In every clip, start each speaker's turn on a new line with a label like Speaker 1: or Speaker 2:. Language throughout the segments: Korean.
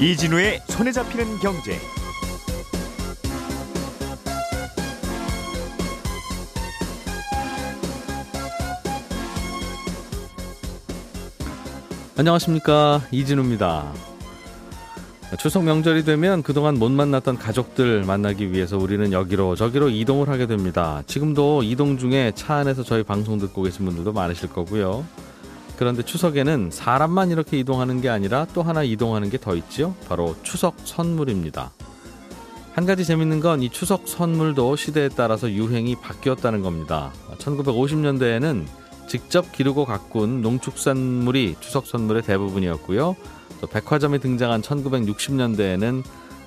Speaker 1: 이진우의 손에 잡히는 경제.
Speaker 2: 안녕하십니까 이진우입니다. 추석 명절이 되면 그동안 못 만났던 가족들 만나기 위해서 우리는 여기로 저기로 이동을 하게 됩니다. 지금도 이동 중에 차 안에서 저희 방송 듣고 계신 분들도 많으실 거고요. 그런데 추석에는 사람만 이렇게 이동하는 게 아니라 또 하나 이동하는 게 더 있지요. 바로 추석 선물입니다. 한 가지 재밌는 건 이 추석 선물도 시대에 따라서 유행이 바뀌었다는 겁니다. 1950년대에는 직접 기르고 가꾼 농축산물이 추석 선물의 대부분이었고요. 또 백화점에 등장한 1960년대에는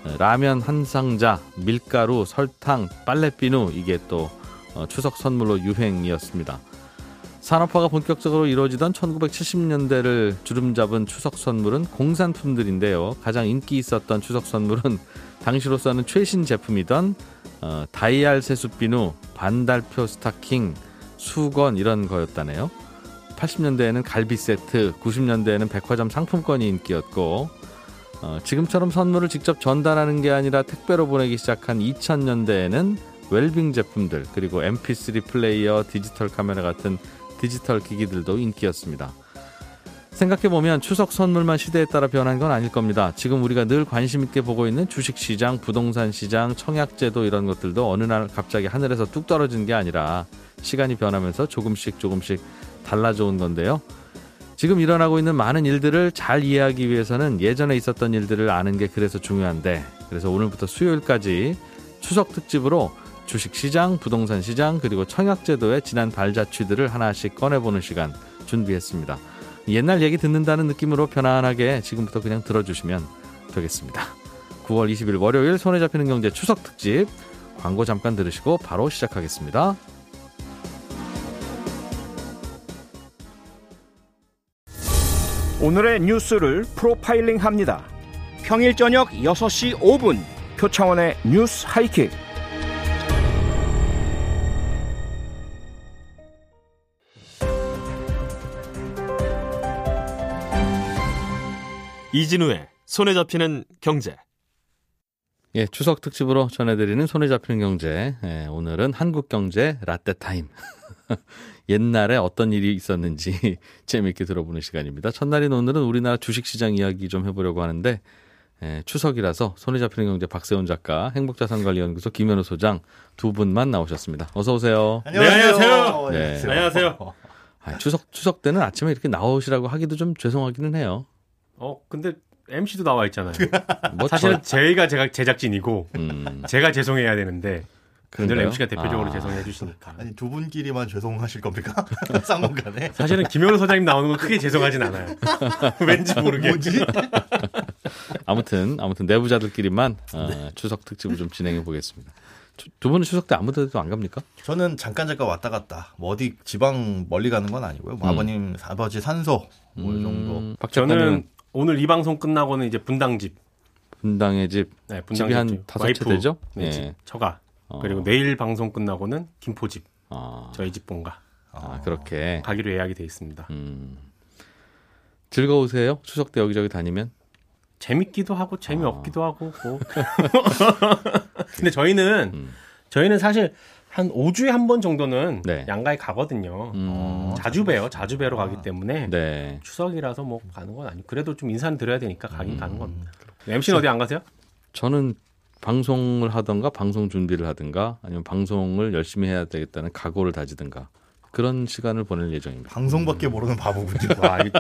Speaker 2: 어, 라면 한 상자, 밀가루, 설탕, 빨래비누 이게 또 어, 추석 선물로 유행이었습니다. 산업화가 본격적으로 이루어지던 1970년대를 주름잡은 추석 선물은 공산품들인데요. 가장 인기 있었던 추석 선물은 당시로서는 최신 제품이던 어, 다이알 세숫비누, 반달표 스타킹, 수건 이런 거였다네요. 80년대에는 갈비 세트, 90년대에는 백화점 상품권이 인기였고 어, 지금처럼 선물을 직접 전달하는 게 아니라 택배로 보내기 시작한 2000년대에는 웰빙 제품들 그리고 MP3 플레이어, 디지털 카메라 같은 디지털 기기들도 인기였습니다. 생각해보면 추석 선물만 시대에 따라 변한 건 아닐 겁니다. 지금 우리가 늘 관심 있게 보고 있는 주식시장, 부동산시장, 청약제도 이런 것들도 어느 날 갑자기 하늘에서 뚝 떨어진 게 아니라 시간이 변하면서 조금씩 조금씩 달라져 온 건데요. 지금 일어나고 있는 많은 일들을 잘 이해하기 위해서는 예전에 있었던 일들을 아는 게 그래서 중요한데 그래서 오늘부터 수요일까지 추석 특집으로 주식시장, 부동산시장 그리고 청약제도의 지난 발자취들을 하나씩 꺼내보는 시간 준비했습니다. 옛날 얘기 듣는다는 느낌으로 편안하게 지금부터 그냥 들어주시면 되겠습니다. 9월 20일 월요일 손에 잡히는 경제 추석 특집 광고 잠깐 들으시고 바로 시작하겠습니다.
Speaker 3: 오늘의 뉴스를 프로파일링 합니다. 평일 저녁 6시 5분 표창원의 뉴스 하이킥.
Speaker 4: 이진우의 손에 잡히는 경제.
Speaker 2: 예, 추석 특집으로 전해드리는 손에 잡히는 경제. 예, 오늘은 한국 경제 라떼 타임. 옛날에 어떤 일이 있었는지 재미있게 들어보는 시간입니다. 첫날인 오늘은 우리나라 주식시장 이야기 좀 해보려고 하는데 예, 추석이라서 손에 잡히는 경제 박세훈 작가, 행복자산관리연구소 김현우 소장 두 분만 나오셨습니다. 어서 오세요.
Speaker 4: 안녕하세요.
Speaker 2: 네.
Speaker 4: 안녕하세요.
Speaker 2: 아, 추석 추석 때는 아침에 이렇게 나오시라고 하기도 좀 죄송하기는 해요.
Speaker 4: 어 근데 MC도 나와 있잖아요.
Speaker 2: 뭐
Speaker 4: 사실은
Speaker 2: 저-
Speaker 4: 제가 제가 제작진이고
Speaker 2: 음,
Speaker 4: 제가 죄송해야 되는데 늘
Speaker 2: 그런가요?
Speaker 4: MC가 대표적으로
Speaker 2: 아,
Speaker 4: 죄송해 주시니까.
Speaker 5: 아니 두 분끼리만 죄송하실 겁니까? 쌍문간에
Speaker 4: 사실은 김현우 소장님 나오는 건 크게 죄송하진 않아요. 왠지 모르게.
Speaker 5: 뭐지?
Speaker 2: 아무튼 아무튼 내부자들끼리만 어, 추석 특집을 좀 진행해 보겠습니다. 두- 두 분은 추석 때 아무데도 안 갑니까?
Speaker 5: 저는 잠깐 잠깐 왔다 갔다 뭐 어디 지방 멀리 가는 건 아니고요.
Speaker 4: 음.
Speaker 5: 뭐 아버님 아버지 산소 뭐 이 정도.
Speaker 2: 박 작가는
Speaker 4: 저는 오늘 이 방송 끝나고는 이제 분당집.
Speaker 2: 분당의 집
Speaker 4: 네,
Speaker 2: 집이 한 다섯 채 되죠?
Speaker 4: 네,
Speaker 2: 예.
Speaker 4: 집, 처가.
Speaker 2: 어.
Speaker 4: 그리고 내일 방송 끝나고는 김포집.
Speaker 2: 아,
Speaker 4: 저희 집 본가.
Speaker 2: 아, 그렇게
Speaker 4: 가기로 예약이 돼 있습니다.
Speaker 2: 즐거우세요? 추석 때 여기저기 다니면
Speaker 4: 재밌기도 하고 재미없기도
Speaker 2: 아.
Speaker 4: 하고 뭐. 근데 저희는
Speaker 2: 음.
Speaker 4: 저희는 사실 한 5주에 한 번 정도는
Speaker 2: 네.
Speaker 4: 양가에 가거든요. 어,
Speaker 2: 음,
Speaker 4: 자주 아. 뵈요. 자주 뵈러 가기 때문에
Speaker 2: 네
Speaker 4: 추석이라서 뭐 가는 건 아니고 그래도 좀 인사는 드려야 되니까 가긴
Speaker 2: 음.
Speaker 4: 가는 겁니다. MC는 어디 안 가세요?
Speaker 2: 저는 방송을 하던가 방송 준비를 하든가 아니면 방송을 열심히 해야 되겠다는 각오를 다지든가 그런 시간을 보낼 예정입니다.
Speaker 5: 방송밖에 모르는 바보군요.
Speaker 4: 와, 이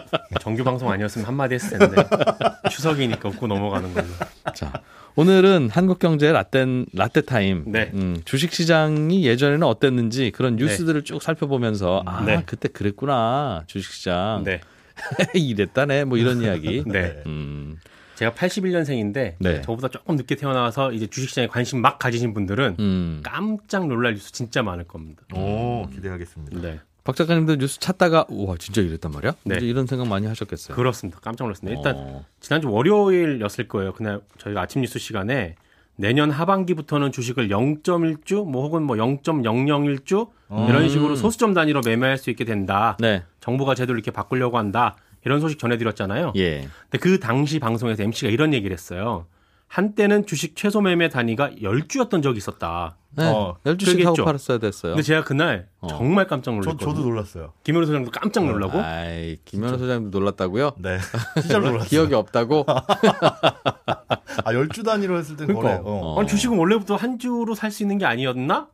Speaker 4: 정규 방송 아니었으면 한마디 했을 텐데. 추석이니까 웃고 넘어가는 걸로.
Speaker 2: 자, 오늘은 한국경제 라떼 라떼 타임.
Speaker 4: 네.
Speaker 2: 음, 주식시장이 예전에는 어땠는지 그런 뉴스들을 쭉 살펴보면서 아
Speaker 4: 네.
Speaker 2: 그때 그랬구나 주식시장
Speaker 4: 네.
Speaker 2: 이랬다네 뭐 이런 이야기.
Speaker 4: 네.
Speaker 2: 음,
Speaker 4: 제가 81년생인데
Speaker 2: 네.
Speaker 4: 저보다 조금 늦게 태어나서 이제 주식시장에 관심 막 가지신 분들은
Speaker 2: 음.
Speaker 4: 깜짝 놀랄 뉴스 진짜 많을 겁니다.
Speaker 5: 오 기대하겠습니다.
Speaker 4: 네.
Speaker 2: 박 작가님도 뉴스 찾다가 우와 진짜 이랬단 말이야?
Speaker 4: 네.
Speaker 2: 이제 이런 생각 많이 하셨겠어요.
Speaker 4: 그렇습니다. 깜짝 놀랐습니다. 일단
Speaker 2: 네. 어,
Speaker 4: 지난주 월요일이었을 거예요. 그날 저희가 아침 뉴스 시간에 내년 하반기부터는 주식을 0.1주 뭐 혹은 뭐
Speaker 2: 음.
Speaker 4: 0.001주 이런 식으로 소수점 단위로 매매할 수 있게 된다.
Speaker 2: 네.
Speaker 4: 정부가 제도를 이렇게 바꾸려고 한다. 이런 소식 전해드렸잖아요.
Speaker 2: 예.
Speaker 4: 근데 그 당시 방송에서 MC가 이런 얘기를 했어요. 한때는 주식 최소 매매 단위가 10주였던 적이 있었다.
Speaker 2: 네,
Speaker 5: 어,
Speaker 2: 12시 하고
Speaker 4: 그러겠죠.
Speaker 2: 팔았어야 됐어요.
Speaker 4: 근데 제가 그날
Speaker 2: 어.
Speaker 4: 정말
Speaker 5: 저,
Speaker 4: 깜짝 놀랐거든요.
Speaker 5: 저도 놀랐어요.
Speaker 4: 김현우 소장도 깜짝 놀라고.
Speaker 2: 아이, 김현우 소장님 놀랐다고요?
Speaker 5: 네. 진짜로 놀랐어요.
Speaker 2: 기억이 없다고?
Speaker 5: 아, 10주 단위로 했을 땐
Speaker 4: 그러니까.
Speaker 5: 거래. 어.
Speaker 2: 어.
Speaker 4: 아니, 주식은 원래부터 한 주로 살 수 있는 게 아니었나?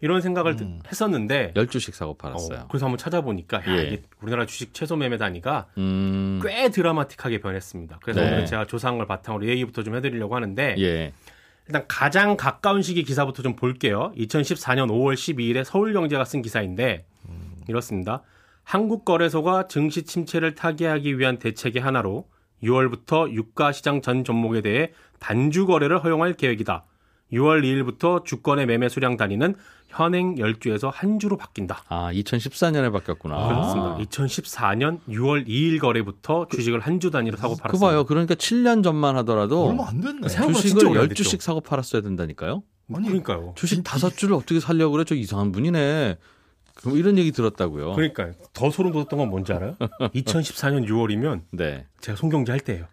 Speaker 4: 이런 생각을
Speaker 5: 음.
Speaker 4: 했었는데
Speaker 2: 10주씩 사고
Speaker 4: 어,
Speaker 2: 팔았어요.
Speaker 4: 그래서 한번 찾아보니까 야,
Speaker 2: 예.
Speaker 4: 이게 우리나라 주식 최소 매매 단위가
Speaker 2: 음.
Speaker 4: 꽤 드라마틱하게 변했습니다. 그래서
Speaker 2: 네.
Speaker 4: 오늘 제가 조사한 걸 바탕으로 얘기부터 좀 해드리려고 하는데
Speaker 2: 예.
Speaker 4: 일단 가장 가까운 시기 기사부터 좀 볼게요. 2014년 5월 12일에 서울경제가 쓴 기사인데 이렇습니다. 한국거래소가 증시 침체를 타개하기 위한 대책의 하나로 6월부터 유가시장 전 종목에 대해 단주 거래를 허용할 계획이다. 6월 2일부터 주권의 매매 수량 단위는 현행 10주에서 한 주로 바뀐다.
Speaker 2: 아, 2014년에 바뀌었구나.
Speaker 4: 아, 그렇습니다. 2014년 6월 2일 거래부터 주식을 한 주 단위로 사고
Speaker 2: 그
Speaker 4: 팔았습니다.
Speaker 2: 봐요. 그러니까 7년 전만
Speaker 4: 어.
Speaker 2: 하더라도
Speaker 5: 얼마 안 됐네.
Speaker 4: 생각보다 진짜
Speaker 2: 주식을
Speaker 4: 오래 안
Speaker 2: 10주씩 사고 팔았어야 된다니까요?
Speaker 5: 아니,
Speaker 4: 그러니까요.
Speaker 2: 주식 다섯 주를 어떻게 살려고 그래? 저 이상한 분이네. 그럼 뭐 이런 얘기 들었다고요.
Speaker 4: 그러니까 더 소름 돋았던 건 뭔지 알아요? 2014년 6월이면
Speaker 2: 네.
Speaker 4: 제가 송경제 할 때예요.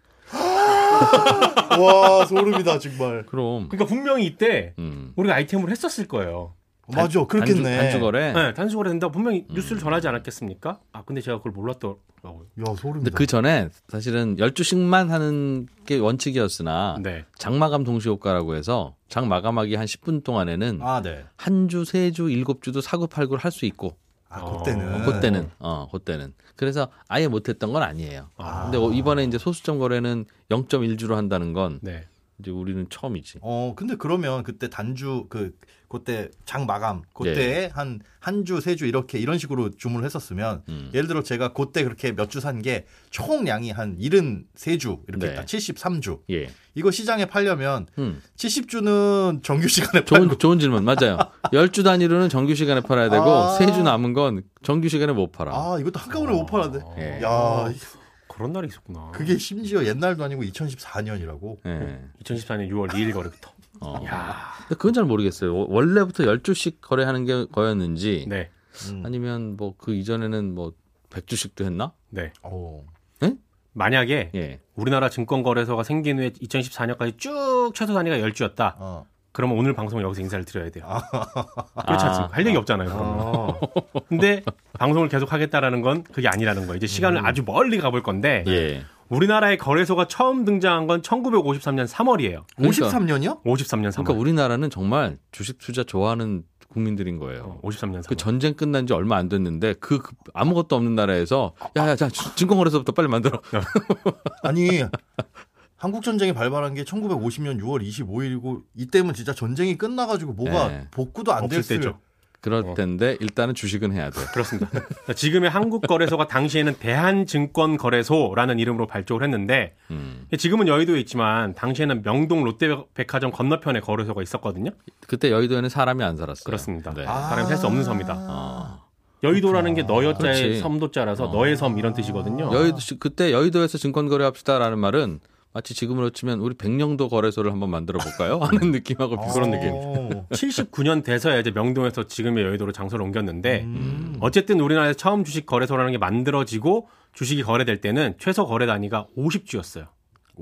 Speaker 5: 와, 소름이다, 정말.
Speaker 2: 그럼
Speaker 4: 그러니까 분명히 이때
Speaker 2: 음.
Speaker 4: 우리가 아이템을 했었을 거예요.
Speaker 5: 맞아,
Speaker 2: 단주,
Speaker 5: 그렇겠네.
Speaker 2: 단주거래.
Speaker 4: 네, 단수거래 된다 고 분명히 뉴스를 전하지 않았겠습니까? 아 근데 제가 그걸 몰랐더라고요.
Speaker 5: 야, 소름이다.
Speaker 2: 근데 그 전에 사실은 12주씩만 하는 게 원칙이었으나
Speaker 4: 네.
Speaker 2: 장마감 동시효과라고 해서 장 마감하기 한 10분 동안에는
Speaker 5: 아, 네.
Speaker 2: 한 주, 세 주, 일곱 주도 사고 팔고를 할 수 있고
Speaker 5: 아,
Speaker 4: 어,
Speaker 5: 그때는.
Speaker 2: 그때는 어, 그때는 그래서 아예 못했던 건 아니에요.
Speaker 4: 아.
Speaker 2: 근데 어, 이번에 이제 소수점 거래는 0.1주로 한다는 건
Speaker 4: 네.
Speaker 2: 이제 우리는 처음이지.
Speaker 5: 어, 근데 그러면 그때 단주 그 그때 장 마감
Speaker 2: 예.
Speaker 5: 그때 한 한 주 세 주 이렇게 이런 식으로 주문을 했었으면
Speaker 2: 음.
Speaker 5: 예를 들어 제가 그때 그렇게 몇 주 산 게 총량이 한 73주 이렇게
Speaker 2: 네.
Speaker 5: 있다. 73주.
Speaker 2: 예.
Speaker 5: 이거 시장에 팔려면
Speaker 2: 음.
Speaker 5: 70주는 정규 시간에 팔고
Speaker 2: 좋은 좋은 질문 맞아요. 열 주 단위로는 정규 시간에 팔아야 되고
Speaker 5: 아.
Speaker 2: 세 주 남은 건 정규 시간에 못 팔아.
Speaker 5: 아, 이것도 한꺼번에 못 팔았네.
Speaker 2: 예.
Speaker 5: 야,
Speaker 4: 그런 날이 있었구나.
Speaker 5: 그게 심지어 옛날도 아니고 2014년이라고.
Speaker 2: 예.
Speaker 4: 2014년 6월 2일 거래부터.
Speaker 2: 어.
Speaker 4: 야.
Speaker 2: 근데 그건 잘 모르겠어요. 원- 원래부터 열 주씩 거래하는 게 거였는지
Speaker 4: 네.
Speaker 5: 음.
Speaker 2: 아니면 뭐 그 이전에는 뭐백 주씩도 했나?
Speaker 4: 네.
Speaker 5: 어.
Speaker 4: 만약에
Speaker 2: 예.
Speaker 4: 우리나라 증권거래소가 생긴 후에 2014년까지 쭉 최소 단위가 10주였다.
Speaker 5: 어.
Speaker 4: 그러면 오늘 방송은 여기서 인사를 드려야 돼요. 그렇지
Speaker 2: 아.
Speaker 4: 않습니까? 할 얘기 없잖아요. 그러면.
Speaker 2: 어.
Speaker 4: 근데 방송을 계속 하겠다라는 건 그게 아니라는 거예요. 이제 시간을 아주 멀리 가볼 건데
Speaker 2: 예.
Speaker 4: 우리나라의 거래소가 처음 등장한 건 1953년 3월이에요.
Speaker 2: 그러니까-
Speaker 5: 53년이요?
Speaker 4: 53년 3월.
Speaker 2: 그러니까 우리나라는 정말 주식 투자 좋아하는 국민들인
Speaker 4: 어,
Speaker 2: 거예요.
Speaker 4: 53년 3월.
Speaker 2: 그 전쟁 끝난 지 얼마 안 됐는데 그 그- 아무것도 없는 나라에서 야야 자 증권거래소부터 빨리 만들어.
Speaker 5: 아니 한국 전쟁이 발발한 게 1950년 6월 25일이고 이때면 진짜 전쟁이 끝나가지고 뭐가
Speaker 2: 네.
Speaker 5: 복구도 안
Speaker 4: 없을
Speaker 5: 됐을
Speaker 4: 때죠. 어.
Speaker 2: 그럴 텐데 일단은 주식은 해야 돼.
Speaker 4: 그렇습니다. 그러니까 지금의 한국거래소가 당시에는 대한증권거래소라는 이름으로 발족을 했는데
Speaker 2: 음.
Speaker 4: 지금은 여의도에 있지만 당시에는 명동 롯데백화점 건너편에 거래소가 있었거든요.
Speaker 2: 그때 여의도에는 사람이 안 살았어요.
Speaker 4: 그렇습니다.
Speaker 2: 네.
Speaker 5: 아.
Speaker 4: 사람이 살 수 없는 섬이다.
Speaker 2: 아.
Speaker 4: 여의도라는 게
Speaker 2: 그렇지. 어.
Speaker 4: 너여자의 섬도자라서 너의 섬 이런 뜻이거든요.
Speaker 2: 여의도 시- 그때 여의도에서 증권 거래합시다라는 말은 마치 지금으로 치면 우리 백령도 거래소를 한번 만들어 볼까요? 하는
Speaker 4: 아,
Speaker 2: 느낌하고 비슷한
Speaker 5: 아.
Speaker 2: 느낌.
Speaker 4: 79년 돼서야 이제 명동에서 지금의 여의도로 장소를 옮겼는데
Speaker 5: 음.
Speaker 4: 어쨌든 우리나라에서 처음 주식 거래소라는 게 만들어지고 주식이 거래될 때는 최소 거래 단위가 50주였어요.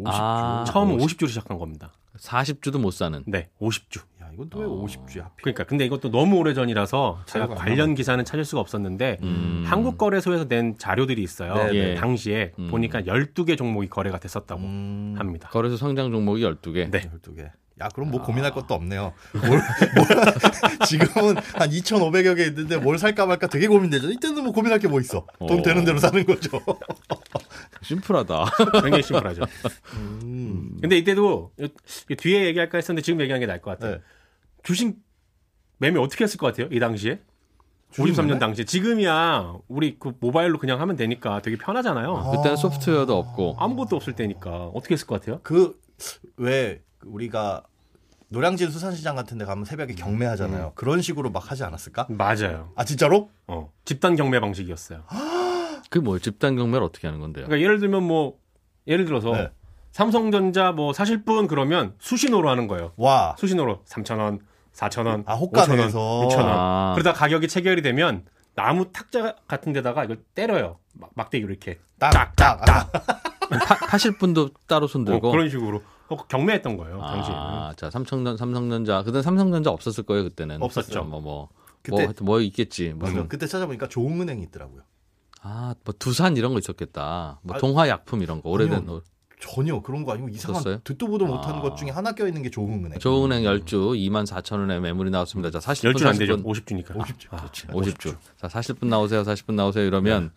Speaker 2: 아,
Speaker 4: 처음 50. 주로 시작한 겁니다.
Speaker 2: 40주도 못 사는.
Speaker 4: 네, 50주.
Speaker 5: 야 이건 또 왜 50주야? 하필.
Speaker 4: 그러니까 근데 이것도 너무 오래 전이라서 제가
Speaker 5: 자료가 안
Speaker 4: 관련 기사는 찾을 수가 없었는데
Speaker 2: 음.
Speaker 4: 한국 거래소에서 낸 자료들이 있어요.
Speaker 5: 네,
Speaker 4: 예,
Speaker 2: 네.
Speaker 4: 당시에
Speaker 2: 음.
Speaker 4: 보니까 12개 종목이 거래가 됐었다고
Speaker 5: 음.
Speaker 4: 합니다.
Speaker 2: 거래소 상장 종목이 12개.
Speaker 4: 네.
Speaker 5: 12개. 야 그럼 뭐 고민할 것도 없네요. 뭘, 뭘- 지금은 한 2,500여 개 있는데 뭘 살까 말까 되게 고민되죠. 이때는 뭐 고민할 게 뭐 있어? 돈
Speaker 2: 어.
Speaker 5: 되는 대로 사는 거죠.
Speaker 2: 심플하다.
Speaker 4: 굉장히 심플하죠.
Speaker 5: 음.
Speaker 4: 근데 이때도 이- 이 뒤에 얘기할까 했었는데 지금 얘기하는 게 나을 것 같아요.
Speaker 5: 네.
Speaker 4: 주식 매매 어떻게 했을 것 같아요? 이 당시에? 53년 당시에. 지금이야 우리 그 모바일로 그냥 하면 되니까 되게 편하잖아요.
Speaker 2: 그때는 소프트웨어도 없고.
Speaker 4: 아무것도 없을 때니까 어떻게 했을 것 같아요?
Speaker 5: 그 왜 우리가 노량진 수산시장 같은 데 가면 새벽에 경매하잖아요. 그런 식으로 막 하지 않았을까?
Speaker 4: 맞아요.
Speaker 5: 아 진짜로?
Speaker 4: 어. 집단 경매 방식이었어요.
Speaker 2: 그 뭐 집단 경매를 어떻게 하는 건데요?
Speaker 4: 그러니까 예를 들면 뭐 예를 들어서
Speaker 5: 네.
Speaker 4: 삼성전자 뭐 사실 분 그러면 수신호로 하는 거예요.
Speaker 5: 와.
Speaker 4: 수신호로 3,000원, 4,000원,
Speaker 5: 아,
Speaker 4: 5,000원,
Speaker 5: 호가내에서.
Speaker 4: 6,000원.
Speaker 2: 아.
Speaker 4: 그러다 가격이 체결이 되면 나무 탁자 같은 데다가 이걸 때려요. 막, 막대기로 이렇게.
Speaker 5: 딱딱딱.
Speaker 2: 파, 파실 분도 따로 손들고.
Speaker 4: 그러니까 어, 그런 식으로 어, 경매했던 거예요. 당시.
Speaker 2: 아, 자 삼성전 삼성전자 그때 삼성전자 없었을 거예요 그때는.
Speaker 4: 없었죠.
Speaker 2: 뭐뭐 뭐, 뭐,
Speaker 5: 그때-
Speaker 2: 하여튼 뭐 있겠지.
Speaker 4: 음.
Speaker 2: 무슨
Speaker 5: 그때 찾아보니까 좋은은행이 있더라고요.
Speaker 2: 아, 뭐 두산 이런 거 있었겠다. 뭐
Speaker 5: 아,
Speaker 2: 동화약품 이런 거 오래된
Speaker 5: 아니요.
Speaker 2: 옷.
Speaker 5: 전혀 그런 거 아니고 이상한
Speaker 2: 없었어요?
Speaker 5: 듣도 보도 못한
Speaker 2: 아.
Speaker 5: 것 중에 하나 껴 있는 게 좋은은행.
Speaker 2: 조은행 10주 2만 4천 원에 매물이 나왔습니다. 자, 40분
Speaker 4: 10줄 안 되죠. 아, 네,
Speaker 2: 40분
Speaker 4: 50주니까.
Speaker 5: 50주. 그렇지.
Speaker 2: 50주. 자, 40분 나오세요. 40분 나오세요. 이러면
Speaker 4: 네.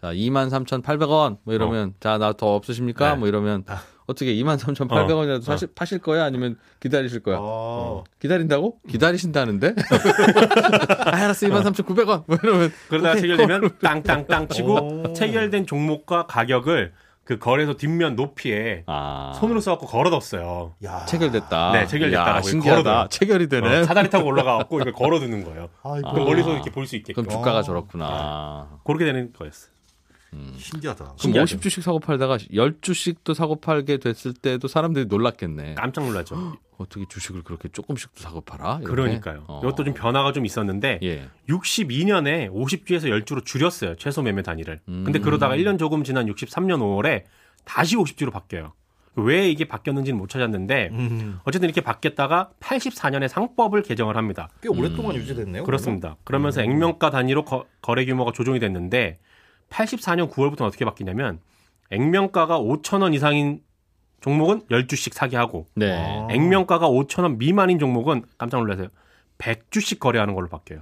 Speaker 2: 자, 2만 3,800원. 뭐 이러면 자, 나 더 없으십니까?
Speaker 4: 어. 네. 어.
Speaker 2: 뭐 이러면 어떻게 2만 3,800원이라도 사실 파실 거야? 아니면 기다리실 거야? 음.
Speaker 5: 아,
Speaker 2: 기다린다고? 기다리신다는데? 아, 알았어. 2만 3,900원. 뭐 이러면
Speaker 4: 그러다가 체결되면 땅땅땅
Speaker 5: 오.
Speaker 4: 치고 체결된 종목과 가격을 그 거래소 뒷면 높이에
Speaker 2: 아.
Speaker 4: 손으로 써갖고 걸어뒀어요.
Speaker 5: 야.
Speaker 2: 체결됐다.
Speaker 4: 네, 체결됐다라고
Speaker 2: 야,
Speaker 4: 이거
Speaker 2: 신기하다.
Speaker 4: 걸어둬요.
Speaker 2: 체결이 되네.
Speaker 4: 어, 사다리 타고 올라가갖고 이걸 걸어두는 거예요.
Speaker 5: 아이고.
Speaker 4: 그럼 멀리서 이렇게 볼 수 있게끔.
Speaker 2: 그럼 주가가 저렇구나.
Speaker 4: 그렇게 되는 거였어요.
Speaker 5: 음. 신기하다.
Speaker 2: 그럼
Speaker 4: 네. 신기하죠.
Speaker 2: 50주씩 사고 팔다가 10주씩도 사고 팔게 됐을 때도 사람들이 놀랐겠네.
Speaker 4: 깜짝 놀라죠.
Speaker 2: 어떻게 주식을 그렇게 조금씩도 사고 팔아? 이렇게?
Speaker 4: 그러니까요.
Speaker 2: 어.
Speaker 4: 이것도 좀 변화가 좀 있었는데
Speaker 2: 예.
Speaker 4: 62년에 50주에서 10주로 줄였어요. 최소 매매 단위를.
Speaker 2: 음.
Speaker 4: 근데 그러다가 1년 조금 지난 63년 5월에 다시 50주로 바뀌어요. 왜 이게 바뀌었는지는 못 찾았는데
Speaker 5: 음.
Speaker 4: 어쨌든 이렇게 바뀌었다가 84년에 상법을 개정을 합니다.
Speaker 5: 꽤 오랫동안
Speaker 2: 음.
Speaker 4: 어,
Speaker 5: 유지됐네요.
Speaker 4: 그렇습니다. 그러면서 액면가 단위로 거, 래 규모가 조정이 됐는데 84년 9월부터는 어떻게 바뀌냐면 액면가가 5천 원 이상인 종목은 10주씩 사게 하고
Speaker 2: 네.
Speaker 4: 어.
Speaker 5: 아.
Speaker 4: 액면가가 5천 원 미만인 종목은 깜짝 놀라세요. 100주씩 거래하는 걸로 바뀌어요.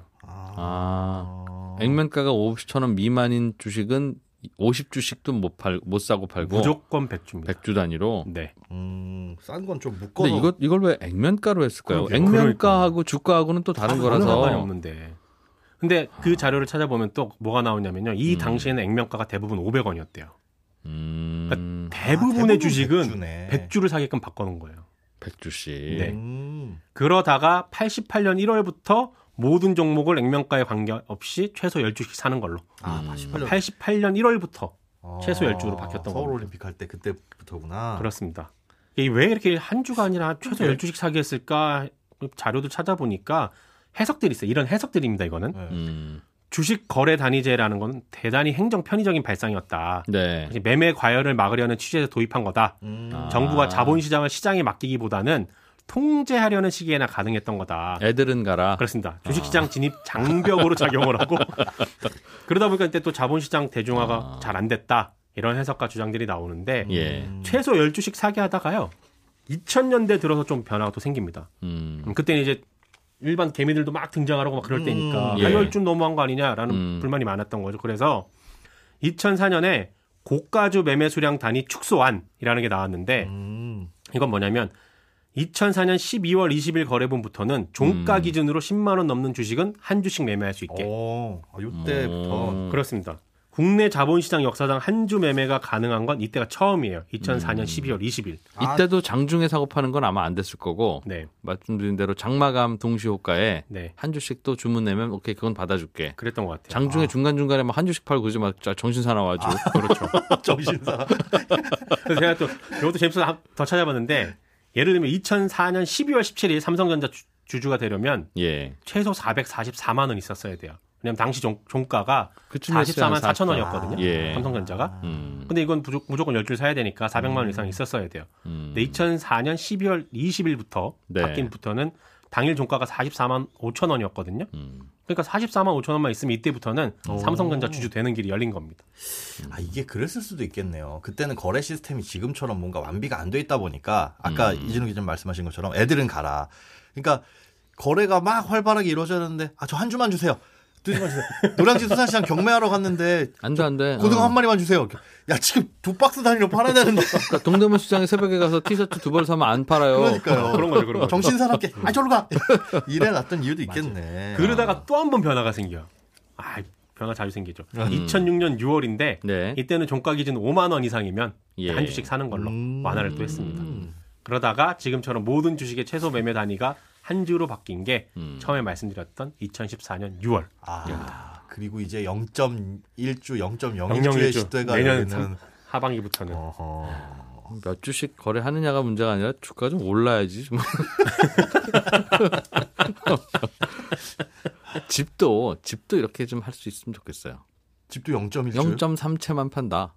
Speaker 2: 아. 액면가가 5천 원 미만인 주식은 50주씩도 못 팔 못 사고 팔고
Speaker 4: 무조건 100주입니다.
Speaker 2: 100주 단위로.
Speaker 4: 네.
Speaker 5: 음, 싼 건 좀 묶어서.
Speaker 2: 근데
Speaker 4: 아,
Speaker 2: 이거 이걸 왜 액면가로 했을까요?
Speaker 4: 그러게요. 아,
Speaker 2: 액면가하고 주가하고는 또 다른
Speaker 4: 상관이
Speaker 2: 거라서.
Speaker 4: 없는데. 근데 그 자료를 찾아보면 음. 또 뭐가 나오냐면요. 이 당시에는 액면가가 대부분 500원이었대요.
Speaker 2: 음.
Speaker 4: 아, 대부분의
Speaker 5: 대부분
Speaker 4: 주식은
Speaker 5: 100주네.
Speaker 4: 100주를 사게끔 바꿔놓은 거예요.
Speaker 2: 100주씩.
Speaker 4: 네.
Speaker 5: 음.
Speaker 4: 그러다가 88년 1월부터 모든 종목을 액면가에 관계없이 최소 10주씩 사는 걸로.
Speaker 5: 아,
Speaker 2: 음.
Speaker 5: 88년.
Speaker 4: 88년 1월부터
Speaker 5: 아,
Speaker 4: 최소 10주로 바뀌었던
Speaker 5: 서울
Speaker 4: 겁니다.
Speaker 5: 올림픽 할 때 그때부터구나.
Speaker 4: 그렇습니다. 이게 왜 이렇게 한 주가 아니라 최소 10주씩 사게 했을까? 자료도 찾아보니까 해석들이 있어요. 이런 해석들입니다, 이거는.
Speaker 5: 네.
Speaker 2: 음.
Speaker 4: 주식 거래 단위제라는 건 대단히 행정 편의적인 발상이었다.
Speaker 2: 네.
Speaker 4: 사실 매매 과열을 막으려는 취지에서 도입한 거다.
Speaker 5: 음.
Speaker 2: 아.
Speaker 4: 정부가 자본시장을 시장에 맡기기보다는 통제하려는 시기에나 가능했던 거다.
Speaker 2: 애들은 가라.
Speaker 4: 그렇습니다. 주식시장 진입 장벽으로 작용을 하고 그러다 보니까 이때 또 자본시장 대중화가
Speaker 2: 아.
Speaker 4: 잘 안 됐다. 이런 해석과 주장들이 나오는데
Speaker 2: 예.
Speaker 4: 최소 10주씩 사게 하다가요. 2000년대 들어서 좀 변화가 또 생깁니다.
Speaker 2: 음.
Speaker 4: 그때는 이제 일반 개미들도 막 등장하라고 막 그럴 때니까
Speaker 2: 예.
Speaker 4: 한 열쯤 넘어한 거 아니냐라는
Speaker 2: 음.
Speaker 4: 불만이 많았던 거죠. 그래서 2004년에 고가주 매매 수량 단위 축소안이라는 게 나왔는데
Speaker 5: 음.
Speaker 4: 이건 뭐냐면 2004년 12월 20일 거래분부터는 종가
Speaker 2: 음.
Speaker 4: 기준으로 10만 원 넘는 주식은 한 주씩 매매할 수 있게
Speaker 5: 어, 아, 요때부터.
Speaker 2: 음.
Speaker 4: 그렇습니다. 국내 자본시장 역사상 한 주 매매가 가능한 건 이때가 처음이에요. 2004년 12월 20일.
Speaker 5: 아.
Speaker 2: 이때도 장중에 사고 파는 건 아마 안 됐을 거고
Speaker 4: 네,
Speaker 2: 말씀드린 대로 장마감 동시 호가에
Speaker 4: 네,
Speaker 2: 한 주씩 또 주문 내면 오케이 그건 받아줄게.
Speaker 4: 그랬던 것 같아요.
Speaker 2: 장중에 중간 중간에 막 한 주씩 팔고 그지 막 자, 정신 사나워가지고
Speaker 5: 아.
Speaker 2: 그렇죠.
Speaker 5: 정신사.
Speaker 4: 그래서 제가 또 이것도 재밌어서 한- 더
Speaker 2: 네.
Speaker 4: 찾아봤는데 예를 들면 2004년 12월 17일 삼성전자 주- 주주가 되려면
Speaker 2: 예.
Speaker 4: 최소 444만 원 있었어야 돼요. 왜냐면 당시 종, 종가가
Speaker 2: 그쯤이었어요,
Speaker 4: 44만
Speaker 2: 한
Speaker 4: 4천
Speaker 2: 40.
Speaker 4: 원이었거든요.
Speaker 2: 예.
Speaker 4: 삼성전자가.
Speaker 2: 음,
Speaker 4: 근데 이건 무조- 무조건 10줄 사야 되니까 400만 원 이상 있었어야 돼요.
Speaker 2: 음.
Speaker 4: 근데 2004년 12월 20일부터
Speaker 2: 네.
Speaker 4: 바뀐부터는 당일 종가가 44만 5천 원이었거든요.
Speaker 2: 음.
Speaker 4: 그러니까 44만 5천 원만 있으면 이때부터는 삼성전자 주주 되는 길이 열린 겁니다.
Speaker 5: 아, 이게 그랬을 수도 있겠네요. 그때는 거래 시스템이 지금처럼 뭔가 완비가 안 돼 있다 보니까 아까
Speaker 4: 음.
Speaker 5: 이진우 기자님 말씀하신 것처럼 애들은 가라. 그러니까 거래가 막 활발하게 이루어졌는데 아, 저 한 주만 주세요. 두 주만 주세요. 노량진 수산시장 경매하러 갔는데
Speaker 2: 안돼 안돼.
Speaker 5: 고등어 한 마리만 주세요. 이렇게. 야, 지금 두 박스 단위로 팔아야 되는데.
Speaker 2: 그러니까 동대문 시장에 새벽에 가서 티셔츠 두 벌 사면 안 팔아요.
Speaker 5: 그러니까요.
Speaker 4: 어, 그런 거죠, 그런 거죠.
Speaker 5: 정신사납게. 아, 저로 가. 이래 놨던 이유도 있겠네.
Speaker 4: 그러다가 또 한 번 변화가 생겨요. 아, 변화 자주 생기죠. 2006년 6월인데
Speaker 2: 음. 네.
Speaker 4: 이때는 종가 기준 5만 원 이상이면
Speaker 2: 예.
Speaker 4: 한 주씩 사는 걸로
Speaker 5: 음.
Speaker 4: 완화를 또 했습니다. 그러다가 지금처럼 모든 주식의 최소 매매 단위가 한 주로 바뀐 게 처음에 말씀드렸던 2014년 6월.
Speaker 5: 아, 그리고 이제 0.1주, 0.01주의
Speaker 4: 001주.
Speaker 5: 시대가
Speaker 4: 내년
Speaker 5: 여기는
Speaker 4: 삼- 하반기부터는
Speaker 5: 어허.
Speaker 2: 몇 주씩 거래하느냐가 문제가 아니라 주가 좀 올라야지. 좀. 집도 집도 이렇게 좀 할 수 있으면 좋겠어요.
Speaker 5: 집도 0.1주.
Speaker 2: 0.3채만 판다.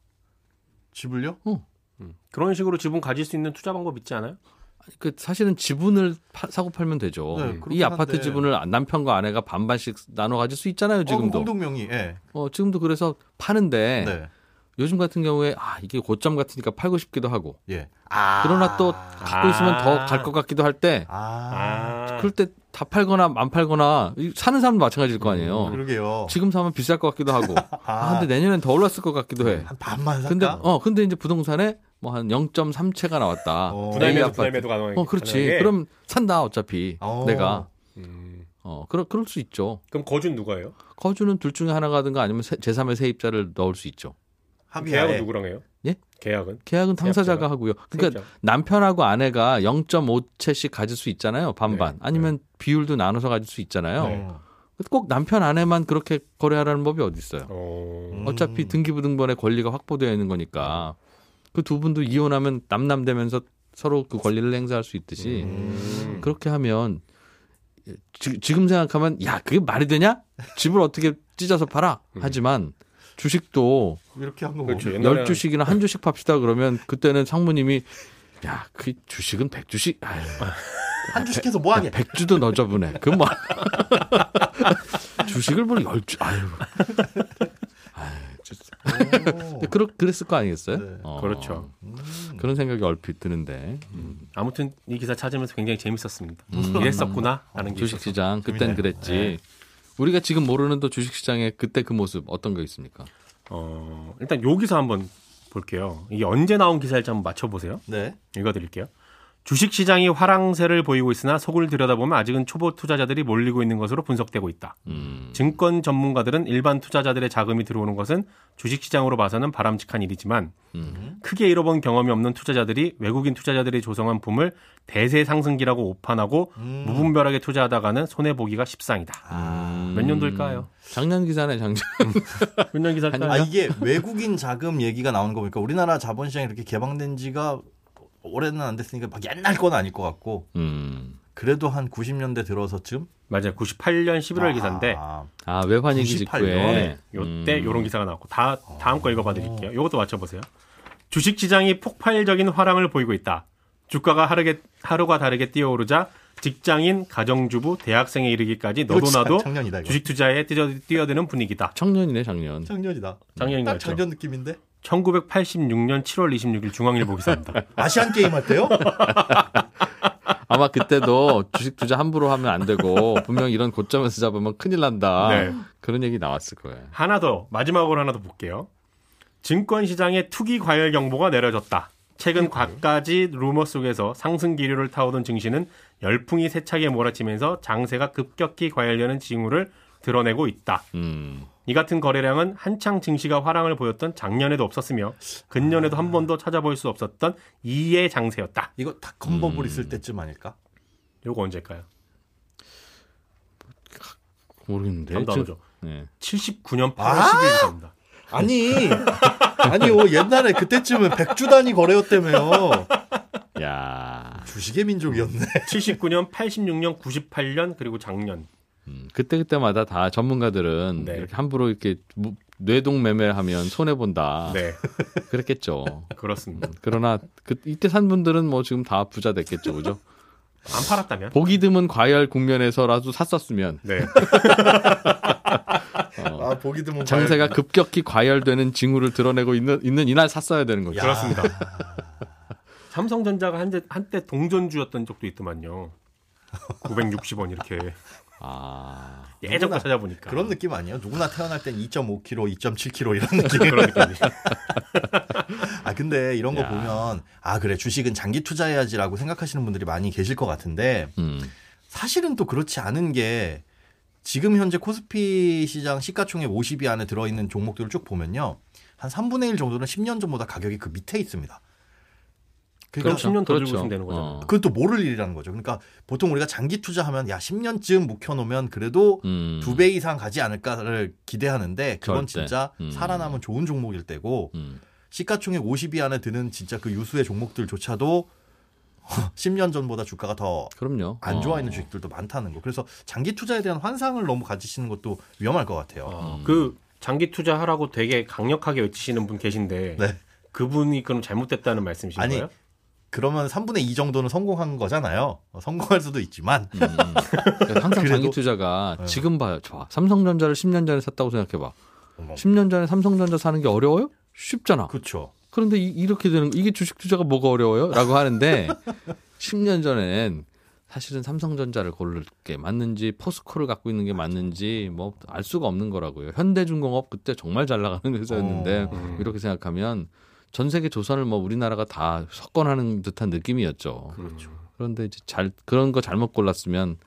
Speaker 5: 집을요?
Speaker 4: 그런 식으로 지분 가질 수 있는 투자 방법 있지 않아요?
Speaker 2: 그 사실은 지분을 파- 사고 팔면 되죠.
Speaker 5: 네, 그렇긴
Speaker 2: 이 아파트
Speaker 5: 한데. 어,
Speaker 2: 지분을 남편과 아내가 반반씩 나눠 가질 수 있잖아요. 지금도.
Speaker 5: 지금도 공동명의. 예.
Speaker 2: 어, 지금도 그래서 파는데
Speaker 5: 네.
Speaker 2: 요즘 같은 경우에 아 이게 고점 같으니까 팔고 싶기도 하고
Speaker 5: 예. 아.
Speaker 2: 그러나 또 갖고 있으면 더 갈 것 같기도 할 때
Speaker 5: 아.
Speaker 2: 그럴 때 다 팔거나 안 팔거나 이- 사는 사람도 마찬가지일 거
Speaker 4: 음,
Speaker 2: 아니에요.
Speaker 4: 그렇죠.
Speaker 5: 그러게요.
Speaker 2: 지금 사면 비쌀 것 같기도 하고 아,
Speaker 5: 아.
Speaker 2: 근데 내년엔 더 올랐을 것 같기도 해.
Speaker 4: 아,
Speaker 5: 한 반만 살까?
Speaker 2: 네. 근데 어 근데 이제 부동산에 뭐 한 0.3채가 나왔다.
Speaker 5: 어.
Speaker 2: 내
Speaker 4: 분할매도
Speaker 2: 아파트.
Speaker 4: 분할매도 가능하게.
Speaker 2: 어 그렇지.
Speaker 4: 가능하게.
Speaker 2: 그럼 산다 어차피
Speaker 5: 어.
Speaker 2: 내가
Speaker 4: 음,
Speaker 2: 어 그럴 그럴 수 있죠.
Speaker 4: 그럼 거준 누가예요?
Speaker 2: 거주는 둘 중에 하나가든가 아니면 제 3의 세입자를 넣을 수 있죠.
Speaker 5: 아,
Speaker 4: 계약은
Speaker 5: 합의하에.
Speaker 4: 누구랑 해요?
Speaker 2: 예?
Speaker 4: 계약은 그렇죠.
Speaker 2: 계약은
Speaker 4: 세입자가?
Speaker 2: 당사자가 하고요. 그러니까
Speaker 4: 세입자.
Speaker 2: 남편하고 아내가 0.5채씩 가질 수 있잖아요. 반반.
Speaker 4: 네,
Speaker 2: 아니면 비율도 나눠서 가질 수 있잖아요.
Speaker 4: 네.
Speaker 2: 꼭 남편 아내만 그렇게 거래하라는 법이 어디 있어요.
Speaker 4: 어...
Speaker 5: 음.
Speaker 2: 어차피 등기부등본의 권리가 확보되어 있는 거니까 그 두 분도 이혼하면 남남되면서 서로 그 권리를 행사할 수 있듯이
Speaker 4: 음.
Speaker 2: 그렇게 하면 지, 지금 생각하면 야 그게 말이 되냐? 집을 어떻게 찢어서 팔아? 하지만 주식도
Speaker 5: 이렇게 한거 뭐. 보면
Speaker 4: 그렇죠. 음. 옛날에
Speaker 2: 음. 열 주씩이나 한 주씩 팝시다 그러면 그때는 상무님이 야 그 주식은 백 주씩 아유,
Speaker 5: 한 주씩
Speaker 2: 네.
Speaker 5: 해서 뭐 하게?
Speaker 2: 백 주도 너저분해 그뭐 주식을 보는 열주 아유 근데 그렇 그랬을 거 아니겠어요?
Speaker 5: 어. 네.
Speaker 2: 어.
Speaker 4: 그렇죠.
Speaker 2: 그런 생각이 얼핏 드는데 음,
Speaker 5: 음,
Speaker 4: 아무튼 이 기사 찾으면서 굉장히 재밌었습니다. 음, 이랬었구나라는 게 있어서.
Speaker 2: 뭐 주식시장 그땐
Speaker 5: 음. 재밌네요.
Speaker 2: 그랬지 우리가 지금 모르는 또 주식시장의 그때 그 모습 어떤 거 있습니까?
Speaker 4: 어, 일단 여기서 한번 볼게요. 이게 언제 나온 기사일지 한번 맞춰보세요.
Speaker 5: 네.
Speaker 4: 읽어드릴게요. 주식시장이 화랑세를 보이고 있으나 속을 들여다보면 아직은 초보 투자자들이 몰리고 있는 것으로 분석되고 있다.
Speaker 2: 음.
Speaker 4: 증권 전문가들은 일반 투자자들의 자금이 들어오는 것은 주식시장으로 봐서는 바람직한 일이지만 크게 잃어본 경험이 없는 투자자들이 외국인 투자자들이 조성한 붐을 대세 상승기라고 오판하고 무분별하게 투자하다가는 손해보기가 십상이다.
Speaker 5: 아.
Speaker 4: 몇 년도일까요?
Speaker 2: 작년 기사네 작년
Speaker 4: 몇 년 기사일까요?
Speaker 5: 아 이게 외국인 자금 얘기가 나오는 거 보니까 우리나라 자본시장이 이렇게 개방된 지가 오래는 안 됐으니까 막 옛날 건 아닐 것 같고
Speaker 2: 음.
Speaker 5: 그래도 한 90년대 들어서쯤
Speaker 4: 맞아요. 98년 11월 기사인데 네,
Speaker 5: 아, 음.
Speaker 2: 아 외환위기
Speaker 5: 98 년. 네.
Speaker 2: 직후에
Speaker 4: 요때 요런 기사가 나왔고 다 다음 거 읽어봐 드릴게요. 요것도 맞춰보세요. 주식 시장이 폭발적인 화랑을 보이고 있다. 주가가 하루게, 하루가 다르게 뛰어오르자 직장인, 가정주부, 대학생에 이르기까지
Speaker 5: 이거
Speaker 4: 너도
Speaker 5: 참
Speaker 4: 나도
Speaker 5: 작년이다, 이거.
Speaker 4: 주식 투자에 뛰어, 드는 분위기다.
Speaker 2: 청년이네 작년
Speaker 5: 작년이다.
Speaker 4: 작년인
Speaker 5: 딱
Speaker 4: 거죠.
Speaker 5: 작년 느낌인데
Speaker 4: 1986년 7월 26일 중앙일보 기사입니다.
Speaker 5: 아시안 게임 할 때요?
Speaker 2: 아마 그때도 주식 투자 함부로 하면 안 되고 분명 이런 고점에서 잡으면 큰일 난다.
Speaker 4: 네.
Speaker 2: 그런 얘기 나왔을 거예요.
Speaker 4: 하나 더 마지막으로 하나 더 볼게요. 증권 시장의 투기 과열 경보가 내려졌다. 최근 과까지 루머 속에서 상승 기류를 타오던 증시는 열풍이 세차게 몰아치면서 장세가 급격히 과열되는 징후를 드러내고 있다.
Speaker 2: 음.
Speaker 4: 이 같은 거래량은 한창 증시가 화랑을 보였던 작년에도 없었으며 근년에도 한 번도 찾아볼 수 없었던 이의 장세였다.
Speaker 5: 이거 닷컴 버블 있을
Speaker 2: 음.
Speaker 5: 때쯤 아닐까?
Speaker 4: 요거 언제일까요?
Speaker 2: 모르겠는데.
Speaker 4: 다음 단어죠.
Speaker 2: 네.
Speaker 4: 79년 8월
Speaker 5: 아!
Speaker 4: 11일입니다.
Speaker 5: 아니 아니요 옛날에 그때쯤은 백주 단위 거래였다며요
Speaker 2: 야.
Speaker 5: 주식의 민족이었네
Speaker 4: 79년, 86년, 98년 그리고 작년.
Speaker 2: 음, 그때그때마다 다 전문가들은
Speaker 4: 네.
Speaker 2: 이렇게 함부로 이렇게 무- 뇌동 매매하면 손해 본다.
Speaker 4: 네,
Speaker 2: 그랬겠죠.
Speaker 4: 그렇습니다.
Speaker 2: 그러나 그 이때 산 분들은 뭐 지금 다 부자 됐겠죠. 그죠?
Speaker 4: 안 팔았다면?
Speaker 2: 보기 드문 과열 국면에서라도 샀었으면
Speaker 4: 네.
Speaker 5: 아 보기 드문
Speaker 2: 장세가 급격히 과열되는 징후를 드러내고 있는 있는 이날 샀어야 되는 거죠.
Speaker 4: 그렇습니다. 삼성전자가 한때, 한때 동전주였던 적도 있더만요. 960원 이렇게
Speaker 2: 아.
Speaker 4: 예전 거 찾아보니까
Speaker 5: 그런 느낌 아니에요? 누구나 태어날 땐 2.5kg, 2.7kg 이런 느낌.
Speaker 4: 그런 느낌이.
Speaker 5: 아 근데 이런 거
Speaker 2: 야.
Speaker 5: 보면 아 그래 주식은 장기 투자해야지라고 생각하시는 분들이 많이 계실 것 같은데
Speaker 2: 음.
Speaker 5: 사실은 또 그렇지 않은 게 지금 현재 코스피 시장 시가총액 50위 안에 들어있는 종목들을 쭉 보면요 한 3분의 1 정도는 10년 전보다 가격이 그 밑에 있습니다.
Speaker 4: 그럼
Speaker 5: 그러니까
Speaker 4: 10년 더
Speaker 2: 그렇죠.
Speaker 4: 들고 있으면 되는 거잖아요.
Speaker 2: 어.
Speaker 5: 그건 또 모를 일이라는 거죠. 그러니까 보통 우리가 장기 투자하면 야 10년쯤 묵혀놓으면 그래도
Speaker 2: 음.
Speaker 5: 두 배 이상 가지 않을까를 기대하는데 그건
Speaker 2: 절대.
Speaker 5: 진짜
Speaker 2: 음.
Speaker 5: 살아남은 좋은 종목일 때고
Speaker 2: 음.
Speaker 5: 시가총액 50위 안에 드는 진짜 그 유수의 종목들조차도 10년 전보다 주가가 더 안
Speaker 2: 그럼요.
Speaker 5: 좋아 있는
Speaker 2: 어.
Speaker 5: 주식들도 많다는 거. 그래서 장기 투자에 대한 환상을 너무 가지시는 것도 위험할 것
Speaker 2: 어.
Speaker 5: 같아요.
Speaker 4: 아, 그 장기 투자하라고 되게 강력하게 외치시는 분 계신데
Speaker 5: 네.
Speaker 4: 그분이 그럼 잘못됐다는 말씀이신
Speaker 5: 아니,
Speaker 4: 거예요?
Speaker 5: 그러면 3분의 2 정도는 성공한 거잖아요. 어, 성공할 수도 있지만
Speaker 2: 음. 그러니까 항상 장기
Speaker 5: 그래도-
Speaker 2: 투자가
Speaker 5: 네.
Speaker 2: 지금 봐요. 좋아. 삼성전자를 10년 전에 샀다고 생각해 봐.
Speaker 5: 어머,
Speaker 2: 10년 전에 삼성전자 사는 게 어려워요? 쉽잖아.
Speaker 5: 뭐, 그렇죠.
Speaker 2: 그런데 이, 렇게 되는 거, 이게 주식 투자가 뭐가 어려워요?라고 하는데 10년 전엔 사실은 삼성전자를 고를 게 맞는지 포스코를 갖고 있는 게 맞는지 뭐 알 수가 없는 거라고요. 현대중공업 그때 정말 잘 나가는 회사였는데
Speaker 5: 어.
Speaker 2: 이렇게 생각하면 전 세계 조선을 뭐 우리나라가 다 석권하는 듯한 느낌이었죠.
Speaker 4: 그렇죠.
Speaker 2: 그런데 이제 잘 그런 거 잘못 골랐으면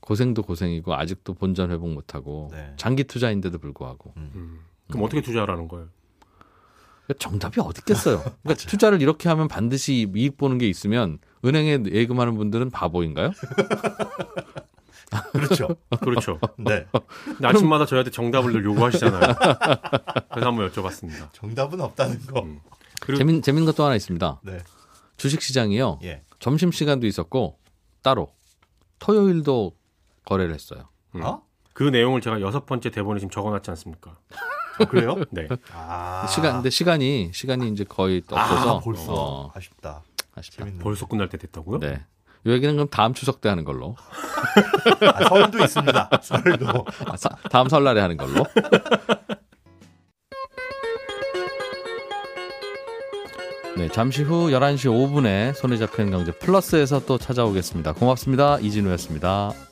Speaker 2: 고생도 고생이고 아직도 본전 회복 못하고
Speaker 5: 네.
Speaker 2: 장기 투자인데도 불구하고
Speaker 4: 음. 그럼 어떻게 투자하라는 거예요?
Speaker 2: 그러니까 정답이 어디 있겠어요. 그러니까 투자를 이렇게 하면 반드시 이익 보는 게 있으면 은행에 예금하는 분들은 바보인가요?
Speaker 5: 그렇죠.
Speaker 4: 그렇죠.
Speaker 5: 네.
Speaker 4: 근데 아침마다 저희한테 정답을 늘 요구하시잖아요. 그래서 한번 여쭤봤습니다.
Speaker 5: 정답은 없다는 거.
Speaker 4: 음. 그리고
Speaker 2: 재밌 재밌는 것도 하나 있습니다.
Speaker 5: 네.
Speaker 2: 주식 시장이요.
Speaker 5: 예.
Speaker 2: 점심 시간도 있었고 따로 토요일도 거래를 했어요.
Speaker 4: 음.
Speaker 5: 어?
Speaker 4: 그 내용을 제가 여섯 번째 대본에 지금 적어놨지 않습니까?
Speaker 5: 어, 그래요?
Speaker 4: 네.
Speaker 5: 아.
Speaker 2: 시간 근데 시간이 시간이 이제 거의 없어서
Speaker 5: 아, 벌써
Speaker 2: 어,
Speaker 5: 아쉽다.
Speaker 2: 아쉽다.
Speaker 5: 재밌네.
Speaker 4: 벌써 끝날 때 됐다고요?
Speaker 2: 네. 이 얘기는 그럼 다음 추석 때 하는 걸로.
Speaker 5: 아, 설도 있습니다. 설도.
Speaker 2: 아, 사- 다음 설날에 하는 걸로. 네, 잠시 후 11시 5분에 손에 잡히는 경제 플러스에서 또 찾아오겠습니다. 고맙습니다. 이진우였습니다.